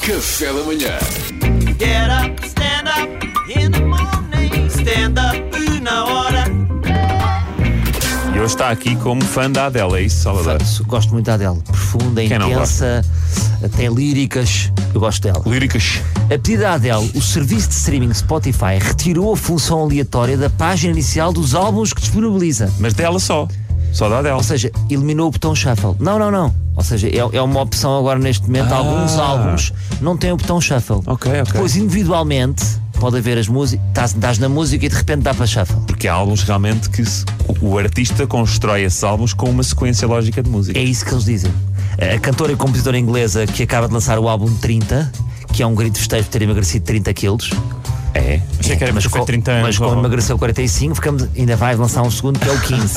Café da manhã. Get up, stand up in the morning. Stand up na hora. E hoje está aqui como fã da Adele, é isso, Salvador? Gosto muito da Adele. Profunda, Quem não intensa, até líricas. Eu gosto dela. Líricas. A pedido da Adele, o serviço de streaming Spotify retirou a função aleatória da página inicial dos álbuns que disponibiliza. Mas dela só. Só da Adele. Ou seja, eliminou o botão shuffle. Não, não, não. Ou seja, é, é uma opção agora neste momento. Ah. Alguns álbuns não têm o botão shuffle. Ok, ok. Depois, individualmente, pode haver as músicas. Estás- Estás na música e de repente dá para shuffle. Porque há álbuns realmente que se- o, o artista constrói esses álbuns com uma sequência lógica de música. É isso que eles dizem. A cantora e compositora inglesa que acaba de lançar o álbum 30, que é um grito festejo por ter emagrecido 30 quilos. É. Achei que era mas foi com- 30 anos. Mas como ou- emagreceu 45, ficamos, ainda vai lançar um segundo que é o 15.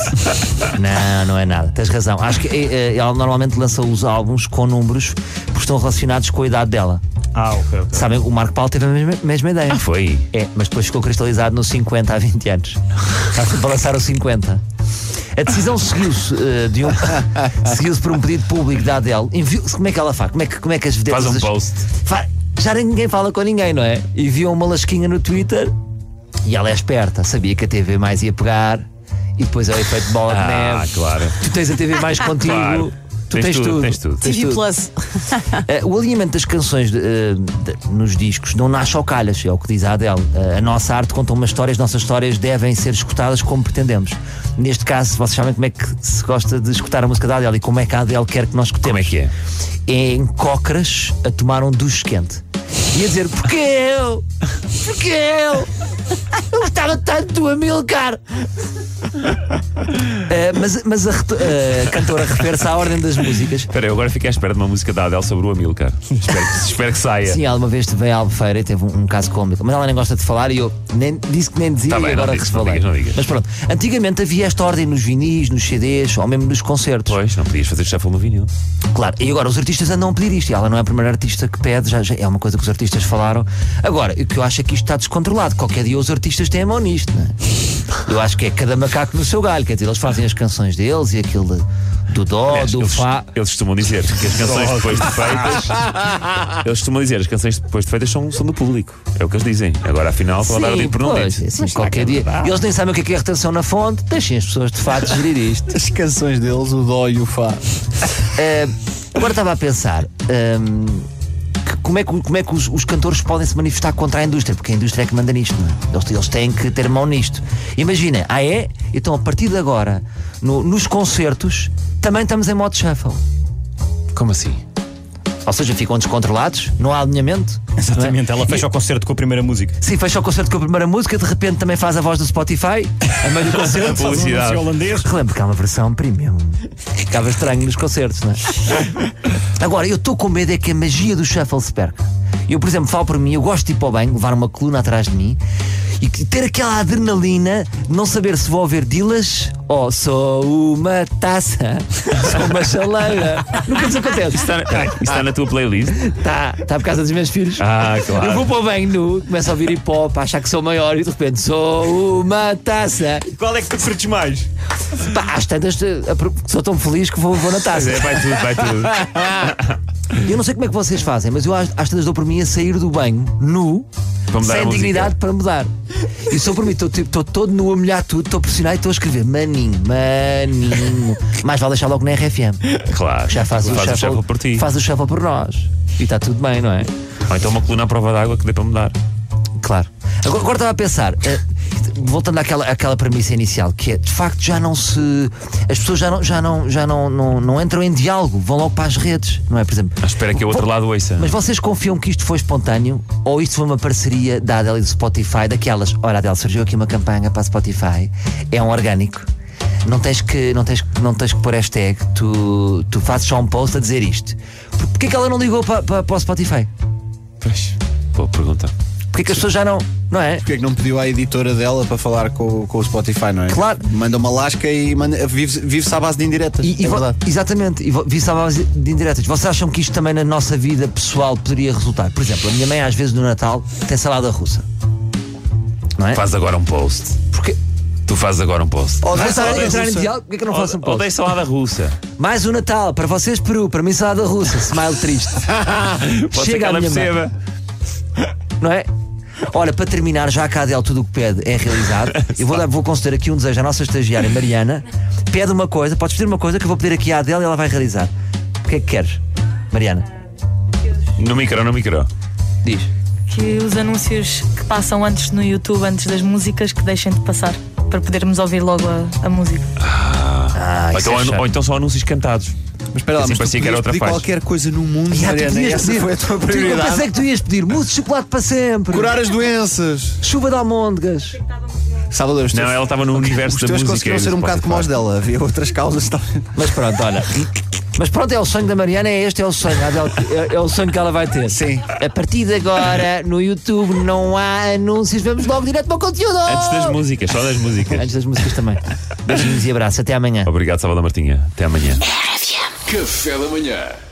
não, não é nada. Tens razão. Acho que eh, eh, ela normalmente lança os álbuns com números porque estão relacionados com a idade dela. Ah, ok, ok. Sabem, o Marco Paulo teve a mesma, mesma ideia. Ah, foi. É, mas depois ficou cristalizado nos 50 há 20 anos. Está sempre a lançar os 50. A decisão seguiu-se eh, de um, seguiu-se por um pedido público da Adele. Enviou, como é que ela faz? Como é que, como é que as vedetas. Faz um as- post. Fa- já nem ninguém fala com ninguém, não é? Enviou uma lasquinha no Twitter e ela é esperta. Sabia que a TV mais ia pegar e depois é o efeito bola de Ah, neve. claro. Tu tens a TV mais contigo. Claro. Tu Tens tens, tudo, tudo. tens tudo. TV Plus. Eh, o alinhamento das canções eh, de- nos discos não nasce ao calhas, é o que diz a Adele. Eh, a nossa arte conta uma história, as nossas histórias devem ser escutadas como pretendemos. Neste caso, vocês sabem como é que se gosta de escutar a música da Adele e como é que a Adele quer que nós escutemos. Como é que é? É em cócaras a tomar um duche quente. E a dizer, porque eu? Porque eu? Eu gostava tanto do Amilcar. Eh, mas mas a, reto- eh, a cantora refere-se à ordem das músicas. Espera, eu agora fiquei à espera de uma música da Adele sobre o Amilcar. espero, que, espero que saia. Sim, ela uma vez veio à Albufeira e teve um, um caso cômico, mas ela nem gosta de falar e eu nem, disse que nem dizia Tá bem, e não agora digas, que se não falei. digas, não digas. Mas pronto, antigamente havia esta ordem nos vinis, nos CDs ou mesmo nos concertos. Pois, não podias fazer shuffle no vinil. Claro, e agora os artistas andam a pedir isto e ela não é a primeira artista que pede, já, já é uma coisa que os artistas falaram. Agora, o que eu acho é que isto está descontrolado, qualquer dia os artistas têm a mão nisto, não é? Eu acho que é cada macaco no seu galho, quer dizer, eles fazem as canções deles e aquilo de- do dó, Aliás, do eles, fá. eles costumam dizer que as canções depois de feitas. Eles costumam dizer que as canções depois de feitas são, são do público. É o que eles dizem. Agora, afinal, estão a dar o Sim, tempo por um não pois, dito. assim, qualquer dia. Eles nem sabem o que é, que é retenção na fonte, deixem as pessoas de fato gerir isto. As canções deles, o dó e o fá. Ah, agora estava a pensar. ahm, que- como é, que, como é que os, os cantores podem se manifestar contra a indústria? Porque a indústria é que manda nisto, não é? Eles, eles têm que ter mão nisto. Imagina, ah é? Então a partir de agora, no- nos concertos, também estamos em modo shuffle. Como assim? Ou seja, ficam descontrolados, não há alinhamento. não é? Exatamente, ela fecha o concerto com a primeira música. Sim, fecha o concerto com a primeira música, de repente também faz a voz do Spotify, a meio do concerto. Faz um Publicidade. anúncio holandês. Relembro que há uma versão premium. Ficava estranho nos concertos, não é? Agora, eu estou com medo é que a magia do shuffle se perca. Eu, por exemplo, falo por mim, eu gosto de ir para o banho, levar uma coluna atrás de mim e que- ter aquela adrenalina de não saber se vou ouvir Dilas ou só uma taça, só uma chaleira. Nunca isso acontece. Está na, peraí, isso está na tua playlist? Está, está por causa dos meus filhos. Ah, Eu vou claro. para o banho nu, começo a ouvir hip hop, a achar que sou maior e de repente sou uma taça. Qual é que tu curtes mais? Pá, às tantas eh, apro- sou tão feliz que vou, vou na Pois taça. é, vai tudo, vai tudo. Eu não sei como é que vocês fazem, mas eu às, às tantas dou por mim a sair do banho nu, Para mudar a sem música. dignidade para mudar. E sou por mim, estou tipo, estou todo nu a molhar tudo, estou pressionado e estou a escrever maninho, maninho. Mais vale deixar logo na RFM. Claro. Já faz, o, faz shuffle, o shuffle por ti. Faz o shuffle por nós. E está tudo bem, não é? Ou então uma coluna à prova d'água que dê para mudar. Claro. Agora, agora estava a pensar, eh, voltando àquela, àquela premissa inicial, que é de facto já não se. As pessoas já não, já não, já não, não, não entram em diálogo, vão logo para as redes, não é? Por exemplo. Ah, espera que o outro Vo- lado ouça. Mas vocês confiam que isto foi espontâneo ou isto foi uma parceria da Adele e do Spotify, daquelas? Ora, Adele, surgiu aqui uma campanha para a Spotify, é um orgânico. Não tens que, não tens, não tens que pôr hashtag, tu, tu fazes só um post a dizer isto. Por- Porquê que ela não ligou para, para, para o Spotify? Pois, boa pergunta. Porquê que as pessoas já não. Não é? Porquê é que não pediu à editora dela para falar com, o- com o Spotify, não é? Claro. Manda uma lasca e manda- vive- vive-se à base de indiretas. E, e é vo- verdade. exatamente, e vo- vi isso à base de indiretas. Vocês acham que isto também na nossa vida pessoal poderia resultar? Por exemplo, a minha mãe às vezes no Natal tem salada russa. Não é? Faz agora um post. Porque Tu fazes agora um post. Odeio salada odeio entrar em russa. diálogo, porque é que eu não faço um post? Odeio salada russa. Mais um Natal, para vocês Peru, para mim salada russa, smile triste, Pode ser Chega que à ela minha mãe. perceba. não é? Olha, para terminar, já a Cadel tudo o que pede é realizado. Eu vou, dar, vou conceder aqui um desejo à nossa estagiária Mariana. Pede uma coisa, podes pedir uma coisa que eu vou pedir aqui à Adele e ela vai realizar. O que é que queres, Mariana? No micro, no micro. Diz. Que os anúncios que passam antes no YouTube, antes das músicas, que deixem de passar para podermos ouvir logo a, a música. Ah, Ou isso então, é anu- chato. ou então são anúncios cantados. Mas espera lá, Assim mas tu parecia podias que era outra pedir fase. qualquer coisa no mundo, Ah, tu Mariana, e podias essa pedir. foi a tua Tu- Eu prioridade. pensei que tu ias pedir mousse de chocolate para sempre, Curar as doenças. chuva de almôndegas. Salvador, os teus, Não, ela estava no universo os da teus música. conseguiram e do ser um bocado como os Spotify. dela. Havia outras causas. tal. Mas pronto, olha. Mas pronto, é o sonho da Mariana, é este, é o sonho. Adele, é, é o sonho que ela vai ter. Sim. A partir de agora, no YouTube não há anúncios, vamos logo direto para o conteúdo. Antes das músicas, só das músicas. Antes das músicas também. Beijinhos e abraço, até amanhã. Obrigado, Salvador Martinha. Até amanhã. Café da manhã.